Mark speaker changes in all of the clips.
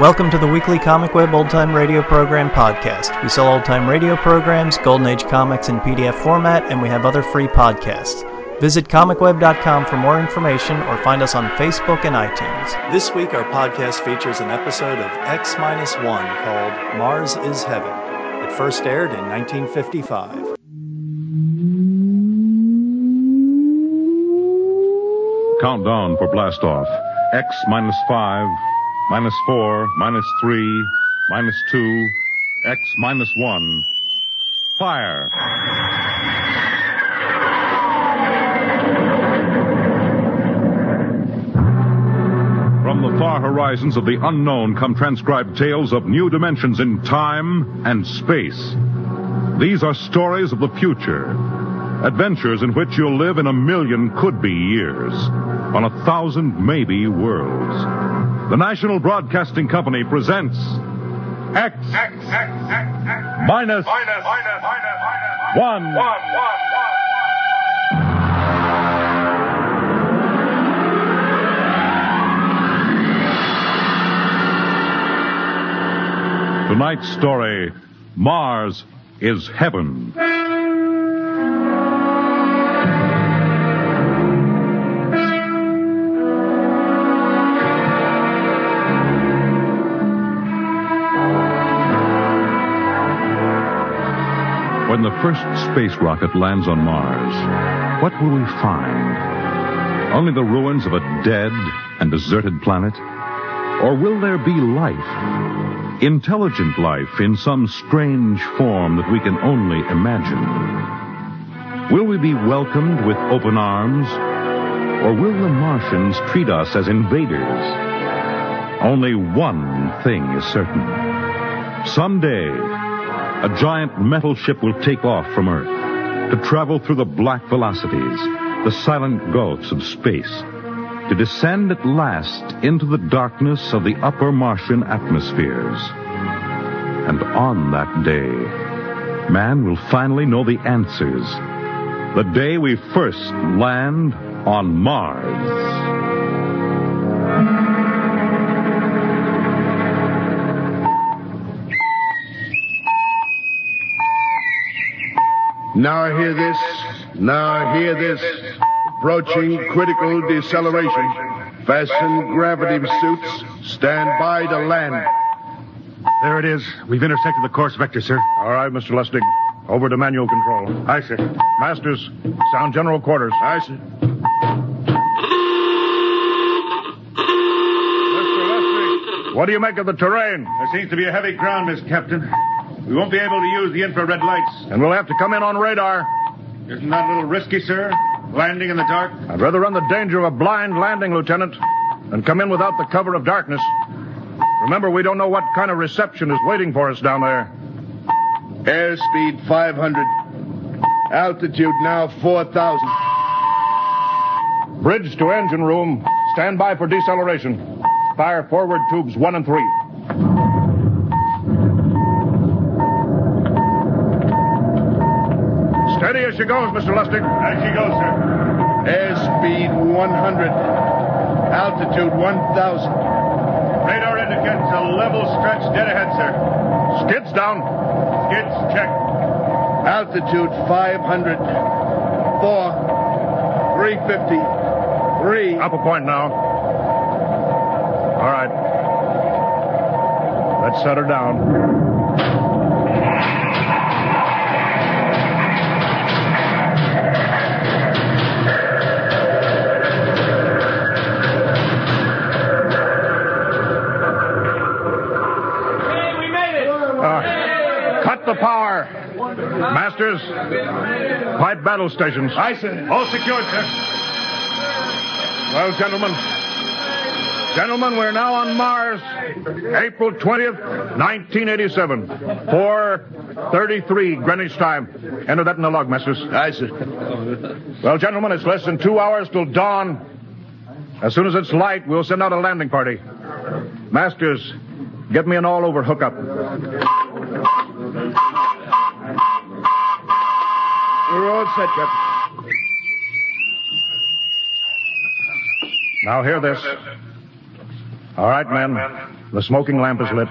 Speaker 1: Welcome to the weekly Comic Web Old Time Radio Program podcast. We sell old time radio programs, Golden Age comics in PDF format, and we have other free podcasts. Visit comicweb.com for more information or find us on Facebook and iTunes. This week, our podcast features an episode of X 1 called Mars is Heaven. It first aired in 1955.
Speaker 2: Countdown for blastoff. X minus five, minus four, minus three, minus two, X minus one. Fire! From the far horizons of the unknown come transcribed tales of new dimensions in time and space. These are stories of the future. Adventures in which you'll live in a million could be years on a thousand maybe worlds. The National Broadcasting Company presents X, minus one. Tonight's story Mars is Heaven. When the first space rocket lands on Mars, what will we find? Only the ruins of a dead and deserted planet? Or will there be life? Intelligent life in some strange form that we can only imagine. Will we be welcomed with open arms? Or will the Martians treat us as invaders? Only one thing is certain. Someday, a giant metal ship will take off from Earth to travel through the black velocities, the silent gulfs of space, to descend at last into the darkness of the upper Martian atmospheres. And on that day, man will finally know the answers. The day we first land on Mars.
Speaker 3: Now I hear this. Now I hear this. Approaching critical deceleration. Fasten gravity suits. Stand by to land.
Speaker 4: There it is. We've intersected the course vector, sir.
Speaker 3: All right, Mr. Lustig. Over to manual control.
Speaker 4: Aye, sir. Masters, sound general quarters.
Speaker 3: Aye, sir. Mr. Lustig, what do you make of the terrain?
Speaker 4: There seems to be a heavy ground, Miss Captain. We won't be able to use the infrared lights.
Speaker 3: And we'll have to come in on radar.
Speaker 4: Isn't that a little risky, sir? Landing in the dark?
Speaker 3: I'd rather run the danger of a blind landing, Lieutenant, than come in without the cover of darkness. Remember, we don't know what kind of reception is waiting for us down there. Airspeed 500. Altitude now 4,000. Bridge to engine room. Stand by for deceleration. Fire forward tubes one and three. Steady as she goes, Mr. Lustig. As she goes, sir. Airspeed 100. Altitude 1,000.
Speaker 4: Radar indicates a level stretch dead ahead, sir.
Speaker 3: Skids down.
Speaker 4: Skids check.
Speaker 3: Altitude 500. 4. 350. 3. Up a point now. All right. Let's set her down.
Speaker 5: Hey, we made it!
Speaker 3: Uh, cut the power. Masters, pipe battle stations. Aye, sir. All secured, sir. Well, gentlemen. Gentlemen, we're now on Mars, April 20th, 1987, 4.33 Greenwich time. Enter that in the log, Masters. Aye, sir. Well, gentlemen, it's less than two hours till dawn. As soon as it's light, we'll send out a landing party. Masters, get me an all-over hookup. We're all set, Captain. Now hear this. All right, men. The smoking lamp is lit.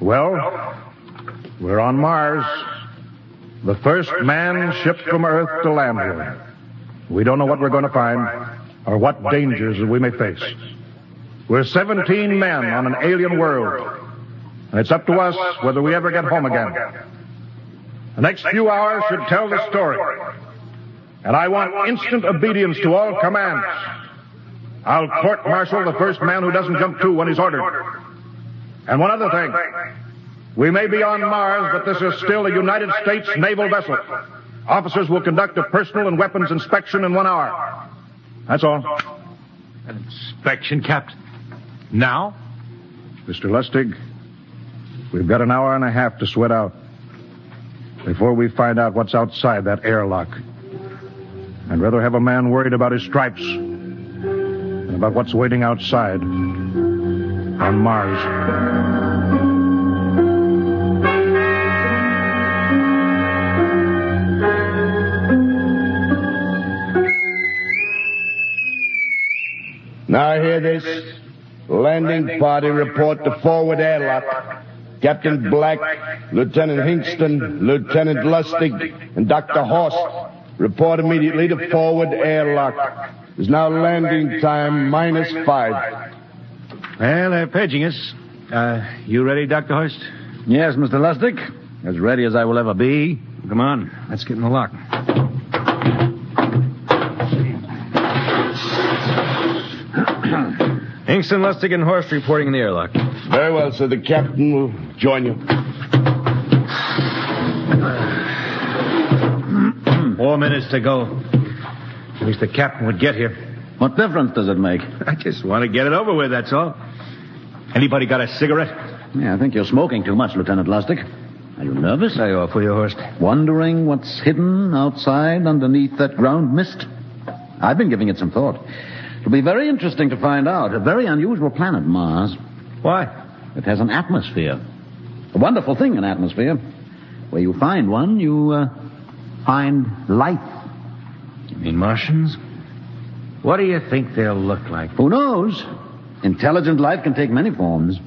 Speaker 3: Well, we're on Mars. The first man shipped from Earth to land here. We don't know what we're going to find or what dangers we may face. We're 17 men on an alien world, and it's up to us whether we ever get home again. The next few hours should tell the story, and I want instant obedience to all commands. I'll court martial the first man who doesn't jump to when he's ordered. And one other thing. We may be on Mars, but this is still a United States naval vessel. Officers will conduct a personal and weapons inspection in one hour. That's all.
Speaker 5: An inspection, Captain. Now?
Speaker 3: Mr. Lustig, we've got an hour and a half to sweat out before we find out what's outside that airlock. I'd rather have a man worried about his stripes than about what's waiting outside on Mars.
Speaker 6: Now hear this. Landing party report to forward airlock. Captain Black, Lieutenant Hingston, Lieutenant Lustig, and Dr. Horst report immediately to forward airlock. It's now landing time minus five.
Speaker 5: Well, they're paging us. Uh, you ready, Dr. Horst?
Speaker 7: Yes, Mr. Lustig. As ready as I will ever be.
Speaker 5: Come on.
Speaker 7: Let's get in the lock.
Speaker 5: Hingston, Lustig, and Horst reporting in the airlock.
Speaker 6: Very well, sir. The captain will join you.
Speaker 5: Four minutes to go. At least the captain would get here.
Speaker 7: What difference does it make?
Speaker 5: I just want to get it over with, that's all. Anybody got a cigarette?
Speaker 7: Yeah, I think you're smoking too much, Lieutenant Lustig. Are you nervous?
Speaker 5: There you are, for your Horst.
Speaker 7: Wondering what's hidden outside underneath that ground mist? I've been giving it some thought. It'll be very interesting to find out. A very unusual planet, Mars.
Speaker 5: Why?
Speaker 7: It has an atmosphere. A wonderful thing, an atmosphere. Where you find one, you uh, find life.
Speaker 5: You mean Martians? What do you think they'll look like?
Speaker 7: Who knows? Intelligent life can take many forms.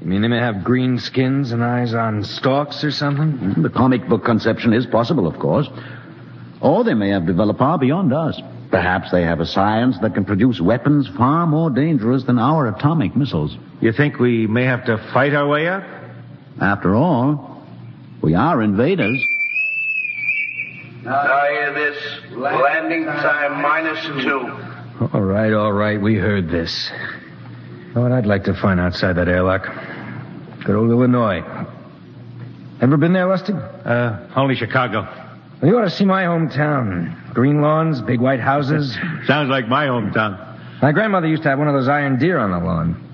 Speaker 5: You mean they may have green skins and eyes on stalks or something?
Speaker 7: Hmm, The comic book conception is possible, of course. Or they may have developed far beyond us. Perhaps they have a science that can produce weapons far more dangerous than our atomic missiles.
Speaker 5: You think we may have to fight our way up?
Speaker 7: After all, we are invaders.
Speaker 8: Now hear this. Landing time minus two.
Speaker 5: All right, all right, we heard this. You know what I'd like to find outside that airlock? Good old Illinois. Ever been there, Lustig? Uh, only Chicago. Well, you ought to see my hometown. Green lawns, big white houses.
Speaker 4: Sounds like my hometown.
Speaker 5: My grandmother used to have one of those iron deer on the lawn.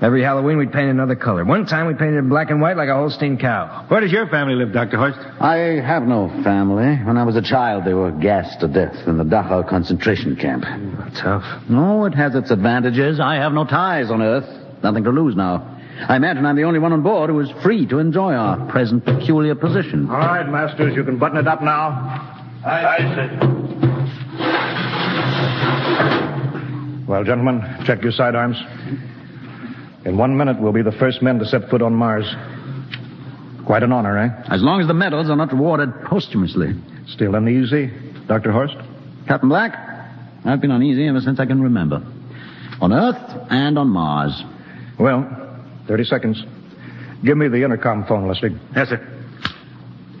Speaker 5: Every Halloween, we'd paint another color. One time, we painted it black and white like a Holstein cow.
Speaker 4: Where does your family live, Dr. Horst?
Speaker 7: I have no family. When I was a child, they were gassed to death in the Dachau concentration camp.
Speaker 5: Tough.
Speaker 7: No, it has its advantages. I have no ties on Earth. Nothing to lose now. I imagine I'm the only one on board who is free to enjoy our present peculiar position.
Speaker 3: All right, Masters, you can button it up now.
Speaker 8: I said.
Speaker 3: Well, gentlemen, check your sidearms. In one minute, we'll be the first men to set foot on Mars. Quite an honor, eh?
Speaker 7: As long as the medals are not awarded posthumously.
Speaker 3: Still uneasy, Dr. Horst?
Speaker 7: Captain Black, I've been uneasy ever since I can remember. On Earth and on Mars.
Speaker 3: Well, 30 seconds. Give me the intercom phone, Lustig.
Speaker 4: Yes, sir.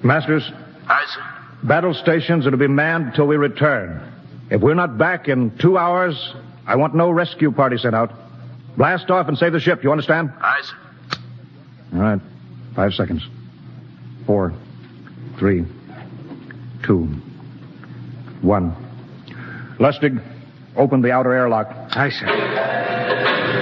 Speaker 3: Masters,
Speaker 8: I said.
Speaker 3: battle stations are to be manned till we return. If we're not back in two hours, I want no rescue party sent out. Blast off and save the ship, you understand?
Speaker 8: I said.
Speaker 3: All right. Five seconds. Four, three, two, one. Lustig, open the outer airlock.
Speaker 5: I see.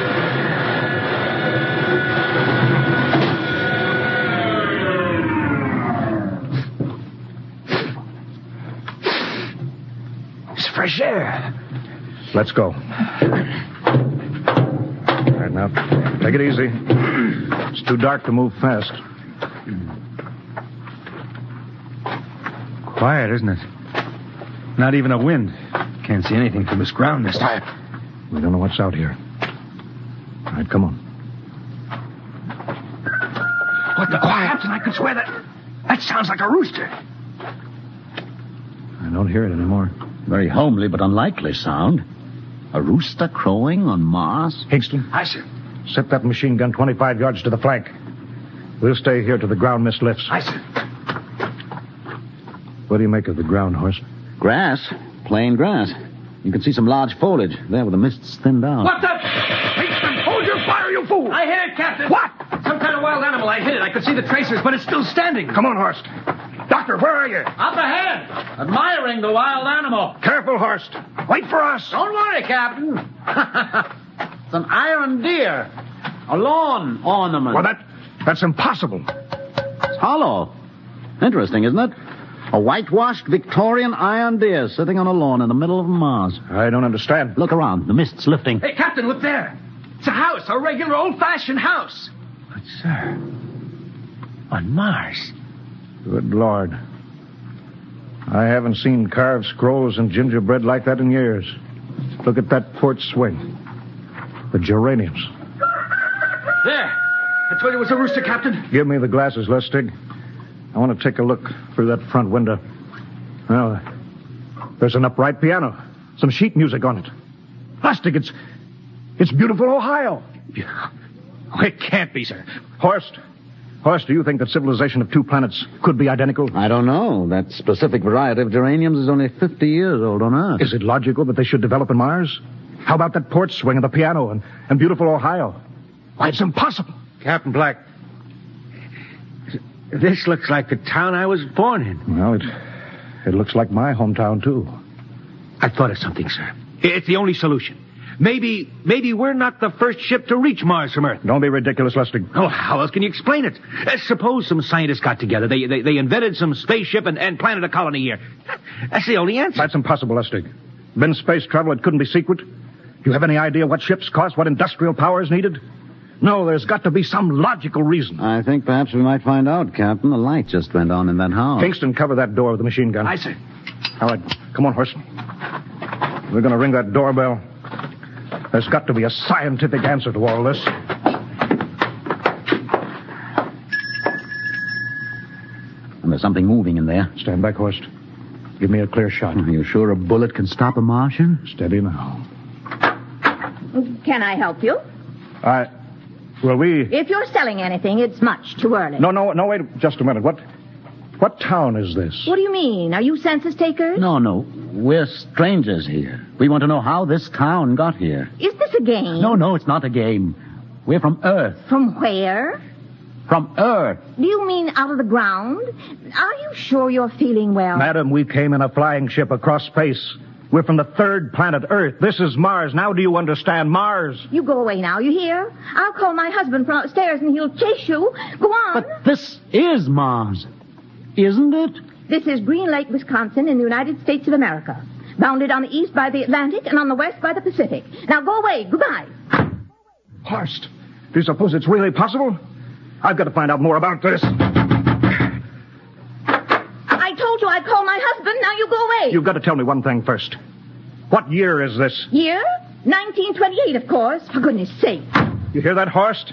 Speaker 5: It's fresh air.
Speaker 3: Let's go. All right, now, take it easy. It's too dark to move fast.
Speaker 5: Quiet, isn't it? Not even a wind. Can't see anything from this ground this time.
Speaker 3: We don't know what's out here.
Speaker 2: All right, come on.
Speaker 9: What the quiet? Captain, I can swear that. That sounds like a rooster.
Speaker 7: I don't hear it anymore. Very homely but unlikely sound. A rooster crowing on Mars?
Speaker 10: Hingston.
Speaker 9: I sir.
Speaker 10: Set that machine gun 25 yards to the flank. We'll stay here till the ground mist lifts.
Speaker 9: I sir.
Speaker 10: What do you make of the ground, Horse?
Speaker 7: Grass. Plain grass. You can see some large foliage there where the mist's thinned out.
Speaker 9: What the? Hingston, hold your fire, you fool! I hit it, Captain. What? Some kind of wild animal. I hit it. I could see the tracers, but it's still standing. Come on, Horst. Doctor, where are you? Up ahead, admiring the wild animal. Careful, Horst. Wait for us. Don't worry, Captain.
Speaker 7: It's an iron deer. A lawn ornament. Well, that that's impossible. It's hollow. Interesting, isn't it? A whitewashed Victorian iron deer sitting on a lawn in the middle of Mars. I don't understand. Look around. The mist's lifting.
Speaker 9: Hey, Captain, look there. It's a house, a regular old-fashioned house.
Speaker 5: But, sir, on Mars.
Speaker 10: Good Lord. I haven't seen carved scrolls and gingerbread like that in years. Look at that port swing. The geraniums.
Speaker 9: There. I told you it was a rooster, Captain.
Speaker 10: Give me the glasses, Lustig. I want to take a look through that front window. Well, there's an upright piano. Some sheet music on it. Lustig, it's... It's beautiful Ohio. Oh, It can't be, sir. Horst. Horst, do you think that civilization of two planets could be identical?
Speaker 7: I don't know. That specific variety of geraniums is only 50 years old on Earth.
Speaker 10: Is it logical that they should develop in Mars? How about that port swing and the piano and, and beautiful Ohio? Why, it's impossible.
Speaker 5: Captain Black. This looks like the town I was born in.
Speaker 10: Well, it, it looks like my hometown, too.
Speaker 5: I thought of something, sir. It's the only solution. Maybe, maybe we're not the first ship to reach Mars from Earth.
Speaker 10: Don't be ridiculous, Lustig.
Speaker 5: Oh, how else can you explain it? Uh, suppose some scientists got together. They, they, they invented some spaceship and, and planted a colony here. That's the only answer.
Speaker 10: That's impossible, Lustig. Been space travel, it couldn't be secret. Do you have any idea what ships cost, what industrial power is needed? No, there's got to be some logical reason.
Speaker 7: I think perhaps we might find out, Captain. The light just went on in that house.
Speaker 10: Kingston, cover that door with the machine gun. I
Speaker 9: see.
Speaker 10: All right, come on, Horst. We're going to ring that doorbell. There's got to be a scientific answer to all this.
Speaker 7: And there's something moving in there.
Speaker 10: Stand back, Horst. Give me a clear shot.
Speaker 7: Are you sure a bullet can stop a Martian?
Speaker 10: Steady now.
Speaker 11: Can I help you?
Speaker 10: I. Well, we.
Speaker 11: If you're selling anything, it's much too early.
Speaker 10: No, no, no, wait just a minute. What. What town is this?
Speaker 11: What do you mean? Are you census takers?
Speaker 7: No, no. We're strangers here. We want to know how this town got here.
Speaker 11: Is this a game?
Speaker 7: No, no, it's not a game. We're from Earth.
Speaker 11: From where?
Speaker 7: From Earth.
Speaker 11: Do you mean out of the ground? Are you sure you're feeling well?
Speaker 10: Madam, we came in a flying ship across space. We're from the third planet Earth. This is Mars. Now do you understand? Mars.
Speaker 11: You go away now, you hear? I'll call my husband from upstairs and he'll chase you. Go on.
Speaker 7: But this is Mars, isn't it?
Speaker 11: This is Green Lake, Wisconsin, in the United States of America. Bounded on the east by the Atlantic and on the west by the Pacific. Now go away. Goodbye.
Speaker 10: Horst, do you suppose it's really possible? I've got to find out more about this.
Speaker 11: I told you I'd call my husband. Now you go away.
Speaker 10: You've got to tell me one thing first. What year is this?
Speaker 11: Year? 1928, of course. For goodness sake.
Speaker 10: You hear that, Horst?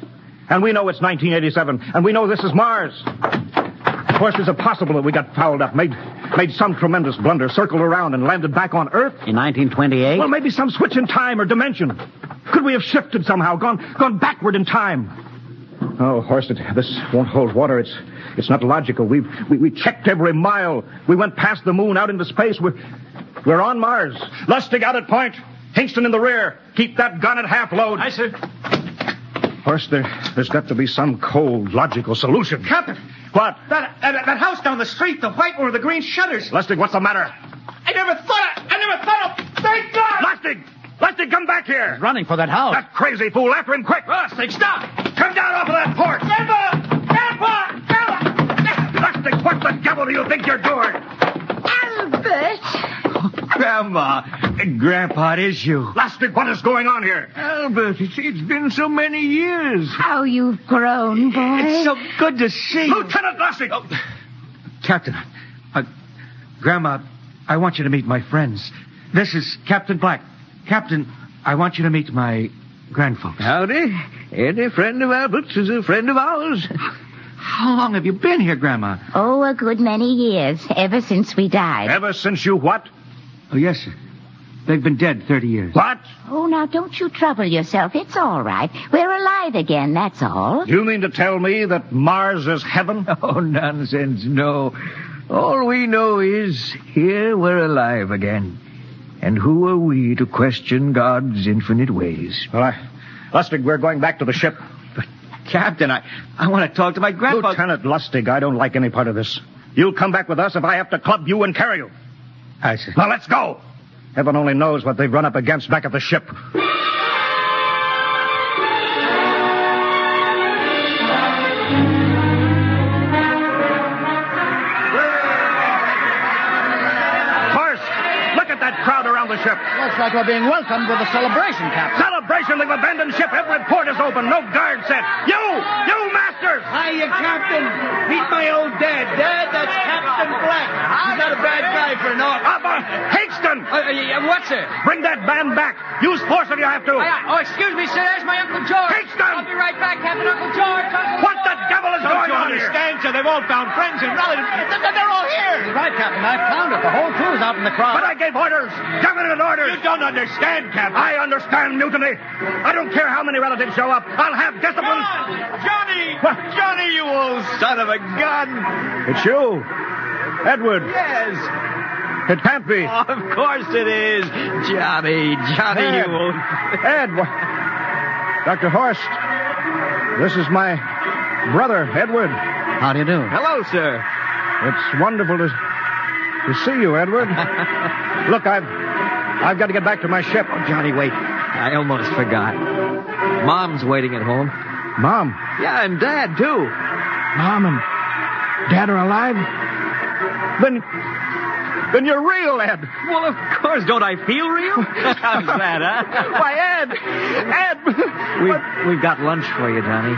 Speaker 10: And we know it's 1987, and we know this is Mars. Of course, is it possible that we got fouled up, made made some tremendous blunder, circled around, and landed back on Earth?
Speaker 7: In 1928?
Speaker 10: Well, maybe some switch in time or dimension. Could we have shifted somehow, gone gone backward in time? Oh, Horst, it, this won't hold water. It's it's not logical. We've, we we checked every mile. We went past the moon, out into space. We're we're on Mars. Lustig out at point. Hingston in the rear. Keep that gun at half load. I
Speaker 9: said.
Speaker 10: Horst, there, there's got to be some cold, logical solution.
Speaker 4: Captain!
Speaker 10: What?
Speaker 4: That, that, that house down the street, the white one with the green shutters.
Speaker 10: Lustig, what's the matter?
Speaker 4: I never thought I, I never thought of. Thank God!
Speaker 10: Lustig! Lustig, come back here! He's
Speaker 7: running for that house.
Speaker 10: That crazy fool, after him quick!
Speaker 4: Lustig, stop!
Speaker 10: Come down off of that porch!
Speaker 4: Grandpa! Grandpa!
Speaker 10: Lustig, what the devil do you think you're doing?
Speaker 11: Albert!
Speaker 5: Grandma. Grandpa, it is you.
Speaker 10: Lustig, what is going on here?
Speaker 5: Albert, it's, it's been so many years.
Speaker 11: How you've grown, boy.
Speaker 5: It's so good to see you.
Speaker 10: Lieutenant Lustig!
Speaker 5: Oh. Captain, uh, Grandma, I want you to meet my friends. This is Captain Black. Captain, I want you to meet my
Speaker 12: Grandfolks. Howdy. Any friend of Albert's is a friend of ours. How long have you been here, Grandma?
Speaker 13: Oh, a good many years, ever since we died.
Speaker 12: Ever since you what? Oh, yes, sir. They've been dead 30 years. What?
Speaker 13: Oh, now don't you trouble yourself. It's all right. We're alive again, that's all.
Speaker 12: You mean to tell me that Mars is heaven? Oh, nonsense, no. All we know is here we're alive again. And who are we to question God's infinite ways? Well, I, Lustig, we're going back to the ship.
Speaker 10: Captain, I, I want to talk to my grandfather. Lieutenant Lustig, I don't like any part of this. You'll come back with us if I have to club you and carry you. I see. Now let's go. Heaven only knows what they've run up against back at the ship.
Speaker 9: First, look at that crowd around the ship.
Speaker 14: Looks like we're being welcomed with a celebration, Captain.
Speaker 9: Celebration of abandoned ship. Every port is open. No guard set. You, you masters.
Speaker 4: Hiya, Captain. Meet my old dad. Dad, that's Captain Black. He's not a bad guy for an Oh, author.
Speaker 9: Up on Higston.
Speaker 4: what's it?
Speaker 9: uh, Bring that man back. Use force if you have to.
Speaker 4: oh, excuse me, sir. There's my Uncle George. Kingston! I'll be right back, Captain. Uncle George. Uncle
Speaker 9: What the devil is going on here?
Speaker 4: sir? They've all found friends and relatives. They're all here.
Speaker 14: You're right, Captain. I found it. The whole crew's out in the crowd.
Speaker 9: But I gave orders. Government orders. You don't understand, Captain. I understand mutiny. I don't care how many relatives show up. I'll have discipline. Johnny! Johnny, you old son of a gun!
Speaker 10: It's you, Edward.
Speaker 12: Yes. Oh,
Speaker 10: It can't be.
Speaker 12: of course it is. Johnny, Johnny,
Speaker 10: Ed.
Speaker 12: you old...
Speaker 10: Ed, wha- Dr. Horst, this is my brother, Edward. How do you do?
Speaker 12: Hello, sir.
Speaker 10: It's wonderful to, to see you, Edward. Look, I've I've got to get back to my ship. Oh, Johnny, wait.
Speaker 12: I almost forgot. Mom's waiting at home.
Speaker 10: Mom?
Speaker 12: Yeah, and Dad, too.
Speaker 10: Mom and Dad are alive? Then then you're real, Ed.
Speaker 12: Well, of course. Don't I feel real? How's that, huh?
Speaker 10: Why, Ed! Ed!
Speaker 12: We've, we've got lunch for you, Johnny.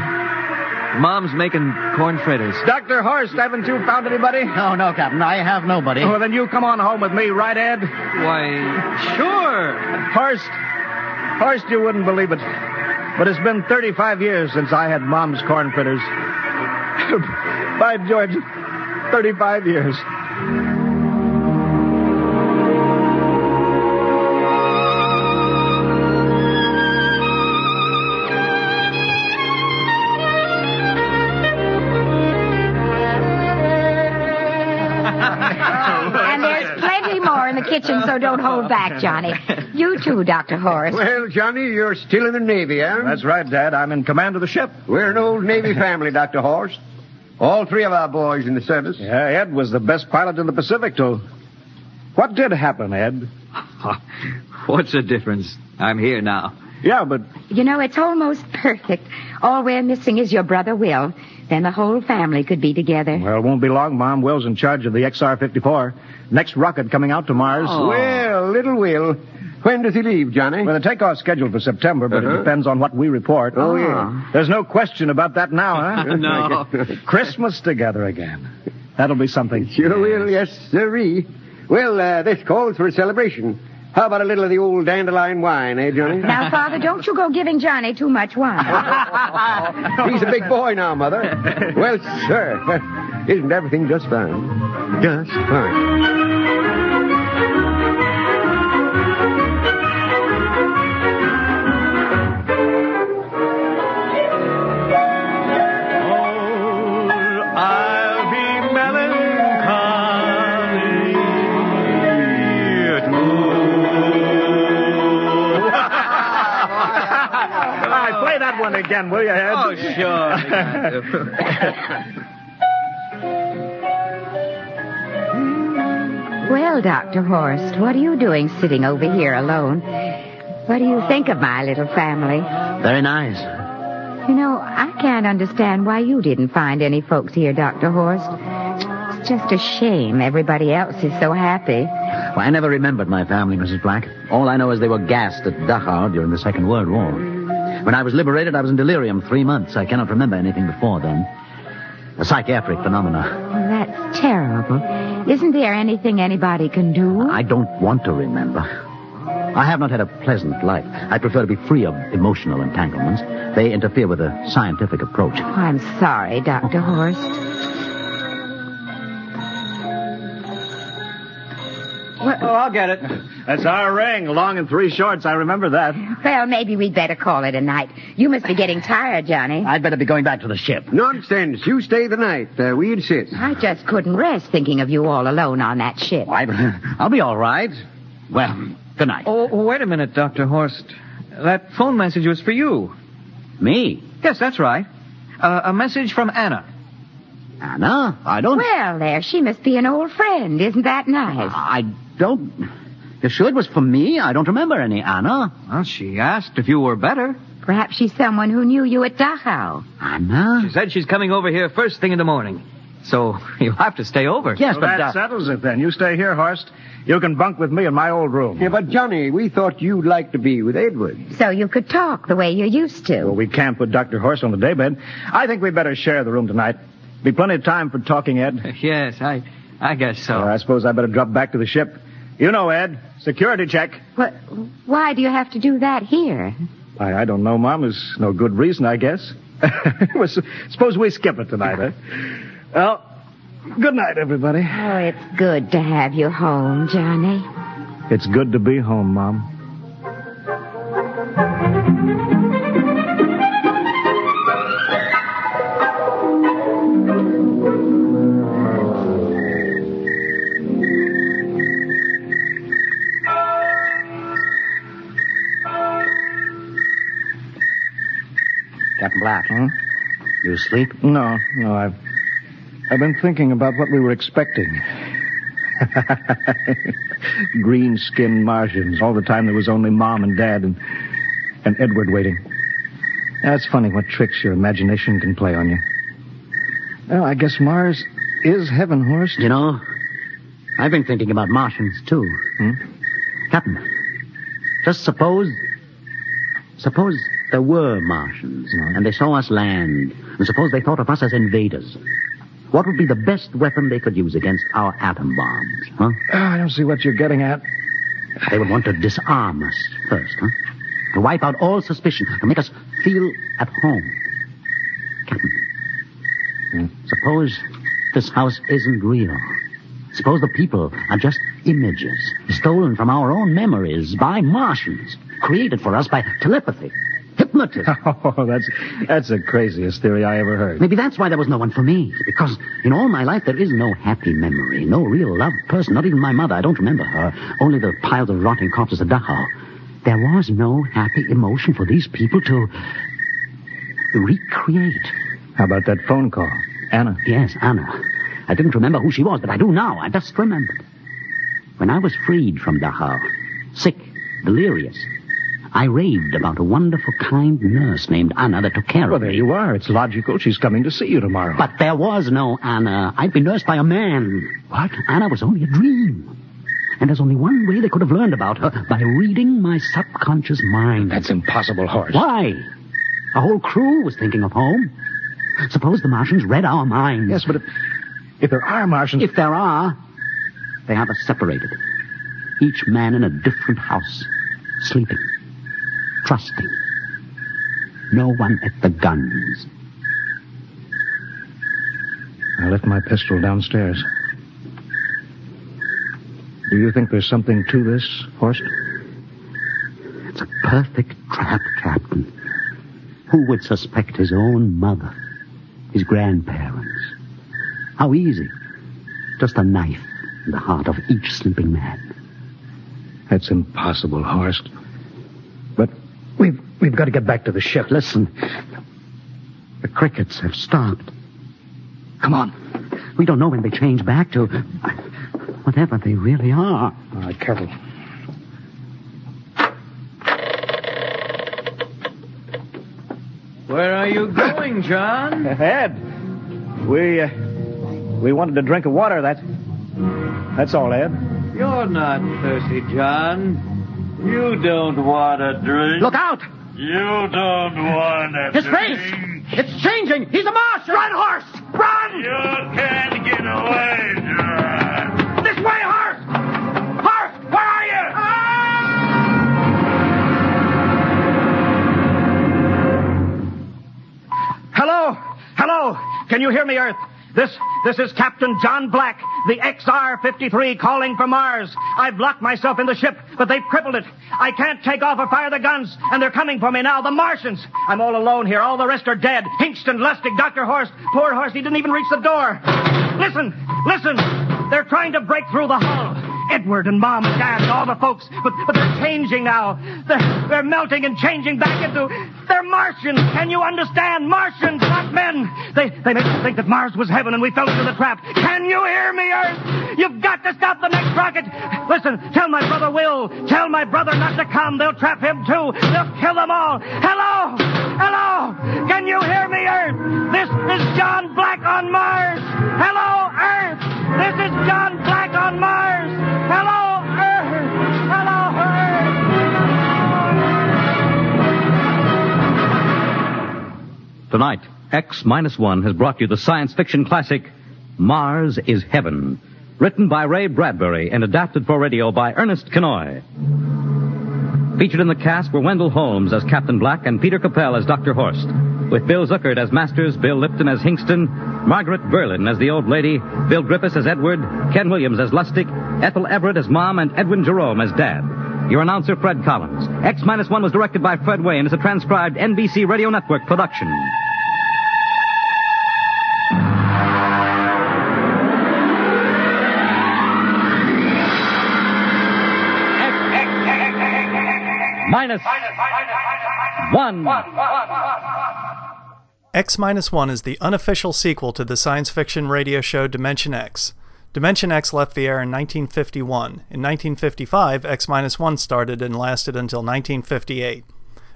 Speaker 12: Mom's making corn fritters.
Speaker 10: Dr. Horst, haven't you found anybody?
Speaker 14: No, no, Captain. I have nobody.
Speaker 10: Well, then you come on home with me, right, Ed?
Speaker 12: Why, sure.
Speaker 10: Horst, Horst, you wouldn't believe it, but it's been 35 years since I had Mom's corn fritters. By George, 35 years.
Speaker 13: And there's plenty more in the kitchen, so don't hold back, Johnny. You too, Dr. Horace.
Speaker 15: Well, Johnny, you're still in the Navy, eh?
Speaker 10: That's right, Dad. I'm in command of the ship.
Speaker 15: We're an old Navy family, Dr. Horst. All three of our boys in the service.
Speaker 10: Yeah, Ed was the best pilot in the Pacific, too. What did happen, Ed?
Speaker 12: Oh, What's the difference? I'm here now.
Speaker 10: Yeah, but
Speaker 13: You know, it's almost perfect. All we're missing is your brother Will. Then the whole family could be together.
Speaker 10: Well, it won't be long. Mom Will's in charge of the XR 54. Next rocket coming out to Mars.
Speaker 15: Oh. Well, little Will. When does he leave, Johnny?
Speaker 10: Well, the takeoff's scheduled for September, but it
Speaker 15: Uh-huh.
Speaker 10: depends on what we report.
Speaker 15: Oh, yeah.
Speaker 10: There's no question about that now, huh?
Speaker 15: No.
Speaker 10: Christmas together again. That'll be something.
Speaker 15: Sure will, yes, sirree. Well, uh, this calls for a celebration. How about a little of the old dandelion wine, eh, Johnny?
Speaker 13: Now, Father, don't you go giving Johnny too much wine.
Speaker 15: He's a big boy now, Mother. well, sir, isn't everything just fine? Just fine.
Speaker 4: I'll be melancholy.
Speaker 10: All right, play that one again, will you, Ed?
Speaker 4: Oh,
Speaker 13: well, Dr. Horst, what are you doing sitting over here alone? What do you think of my little family?
Speaker 16: Very nice.
Speaker 13: You know, I can't understand why you didn't find any folks here, Dr. Horst. It's just a shame everybody else is so happy.
Speaker 16: Well, I never remembered my family, Mrs. Black. All I know is they were gassed at Dachau during the Second World War. When I was liberated, I was in delirium three months. I cannot remember anything before then. A psychiatric phenomena.
Speaker 13: Well, that's terrible. Isn't there anything anybody can do?
Speaker 16: I don't want to remember. I have not had a pleasant life. I prefer to be free of emotional entanglements. They interfere with a scientific approach.
Speaker 13: I'm sorry, Dr. Horst.
Speaker 10: Oh, I'll get it. That's our ring, long and three shorts. I remember that.
Speaker 13: Well, maybe we'd better call it a night. You must be getting tired, Johnny.
Speaker 16: I'd better be going back to the ship.
Speaker 17: Nonsense. You stay the night. Uh, we insist.
Speaker 13: I just couldn't rest thinking of you all alone on that ship.
Speaker 16: I'll be all right. Well, good night.
Speaker 12: Oh, wait a minute, Dr. Horst. That phone message was for you.
Speaker 16: Me?
Speaker 12: Yes, that's right. Uh, a message from Anna.
Speaker 16: Anna? I don't.
Speaker 13: Well, there, she must be an old friend. Isn't that nice?
Speaker 16: I don't. You sure it was for me? I don't remember any, Anna.
Speaker 12: Well, she asked if you were better.
Speaker 13: Perhaps she's someone who knew you at Dachau.
Speaker 16: Anna?
Speaker 12: She said she's coming over here first thing in the morning. So
Speaker 5: Oh,
Speaker 12: you'll have to stay over.
Speaker 17: "Oh,
Speaker 10: well, that
Speaker 16: uh,
Speaker 10: settles it then. You stay here, Horst. You can bunk with me in my old room.
Speaker 17: Yeah, but Johnny, we thought you'd like to be with Edward.
Speaker 13: So you could talk the way you used to.
Speaker 10: Well, we can't put Dr. Horst on the daybed. I think we better share the room tonight. Be plenty of time for talking, Ed.
Speaker 12: yes, I, I guess so.
Speaker 10: I suppose I better drop back to the ship. You know, Ed, security check.
Speaker 13: What? Why do you have to do that here?
Speaker 10: I, I don't know, Mom. There's no good reason, I guess. Well, s- suppose we skip it tonight, eh? Well, good night, everybody.
Speaker 13: Oh, it's good to have you home, Johnny.
Speaker 10: It's good to be home, Mom.
Speaker 16: Captain Black. You asleep?
Speaker 10: No, no, I've I've been thinking about what we were expecting. Green skinned Martians. All the time there was only Mom and Dad and and Edward waiting. Yeah, it's funny what tricks your imagination can play on you. Well, I guess Mars is heaven, Horst.
Speaker 16: You know, I've been thinking about Martians, too.
Speaker 10: Hmm?
Speaker 16: Captain, just suppose. Suppose there were Martians, and they saw us land, and suppose they thought of us as invaders. What would be the best weapon they could use against our atom bombs, huh?
Speaker 10: I don't see what you're getting at.
Speaker 16: They would want to disarm us first, huh? To wipe out all suspicion, to make us feel at home. Captain, suppose this house isn't real. Suppose the people are just images stolen from our own memories by Martians, created for us by telepathy, hypnotism.
Speaker 10: Oh, that's that's the craziest theory I ever heard.
Speaker 16: Maybe that's why there was no one for me. Because in all my life, there is no happy memory, no real loved person, not even my mother. I don't remember her. Only the piles of rotting corpses of Dachau. There was no happy emotion for these people to recreate.
Speaker 10: How about that phone call? Anna.
Speaker 16: Yes, Anna. I didn't remember who she was, but I do now. I just remembered. When I was freed from Dachau, sick, delirious, I raved about a wonderful, kind nurse named Anna that took care of me.
Speaker 10: Well, there you are. It's logical. She's coming to see you tomorrow.
Speaker 16: But there was no Anna. I'd been nursed by a man. What? Anna was only a dream. And there's only one way they could have learned about her by reading my subconscious mind.
Speaker 10: That's impossible, Horace.
Speaker 16: Why? A whole crew was thinking of home. Suppose the Martians read our minds. Yes,
Speaker 10: but if, if there are Martians.
Speaker 16: If there are, they have us separated. Each man in a different house, sleeping, trusting. No one at the guns.
Speaker 10: I left my pistol downstairs. Do you think there's something to this, Horst?
Speaker 16: It's a perfect trap, Captain. Who would suspect his own mother, his grandparents? How easy. Just a knife in the heart of each sleeping man.
Speaker 10: That's impossible, Horst. But we've we've got to get back to the ship.
Speaker 16: Listen. The crickets have stopped. Come on. We don't know when they change back to whatever they really are.
Speaker 10: All right, careful.
Speaker 12: Where are you going, John?
Speaker 10: Ed, we uh, we wanted a drink of water. That that's all, Ed.
Speaker 12: You're not thirsty, John. You don't want a drink.
Speaker 16: Look out!
Speaker 12: You don't want a
Speaker 16: His face! It's changing! He's a Martian! Run, horse! Run!
Speaker 9: You can't get away, John. This way, Horst! Horst, where are you?
Speaker 4: Hello? Can you hear me, Earth? This this is Captain John Black, the XR-53 calling for Mars. I've locked myself in the ship, but they've crippled it. I can't take off or fire the guns, and they're coming for me now, the Martians. I'm all alone here. All the rest are dead. Hinkston, Lustig, Dr. Horst. Poor Horst, he didn't even reach the door. Listen, listen. They're trying to break through the hull. Edward and Mom and Dad and all the folks, but, but they're changing now. They're, they're melting and changing back into. They're Martians. Can you understand? Martians, not men. They they make us think that Mars was heaven and we fell into the trap. Can you hear me, Earth? You've got to stop the next rocket. Listen, tell my brother Will. Tell my brother not to come. They'll trap him too. They'll kill them all. Hello, hello. Can you hear me, Earth? This is John Black on Mars. Hello, Earth. This is John Black on Mars. Hello, Earth. Hello,
Speaker 12: Tonight, X Minus One has brought you the science fiction classic, Mars is Heaven, written by Ray Bradbury and adapted for radio by Ernest Kenoy. Featured in the cast were Wendell Holmes as Captain Black and Peter Capel as Dr. Horst, with Bill Zuckert as Masters, Bill Lipton as Hingston, Margaret Berlin as the Old Lady, Bill Griffiths as Edward, Ken Williams as Lustig, Ethel Everett as Mom, and Edwin Jerome as Dad. Your announcer, Fred Collins. X Minus One was directed by Fred Way and is a transcribed NBC Radio Network production. Minus one.
Speaker 1: X 1 is the unofficial sequel to the science fiction radio show Dimension X. Dimension X left the air in 1951. In 1955, X 1 started and lasted until 1958.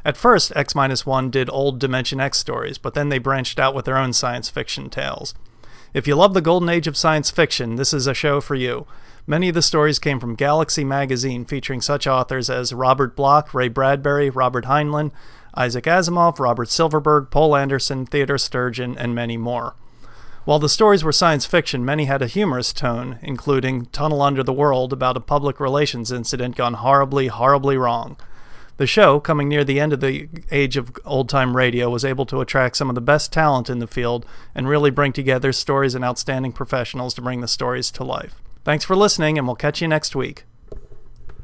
Speaker 1: At first, X 1 did old Dimension X stories, but then they branched out with their own science fiction tales. If you love the golden age of science fiction, this is a show for you. Many of the stories came from Galaxy magazine, featuring such authors as Robert Bloch, Ray Bradbury, Robert Heinlein, Isaac Asimov, Robert Silverberg, Paul Anderson, Theodore Sturgeon, and many more. While the stories were science fiction, many had a humorous tone, including Tunnel Under the World about a public relations incident gone horribly, horribly wrong. The show, coming near the end of the age of old time radio, was able to attract some of the best talent in the field and really bring together stories and outstanding professionals to bring the stories to life. Thanks for listening, and we'll catch you next week.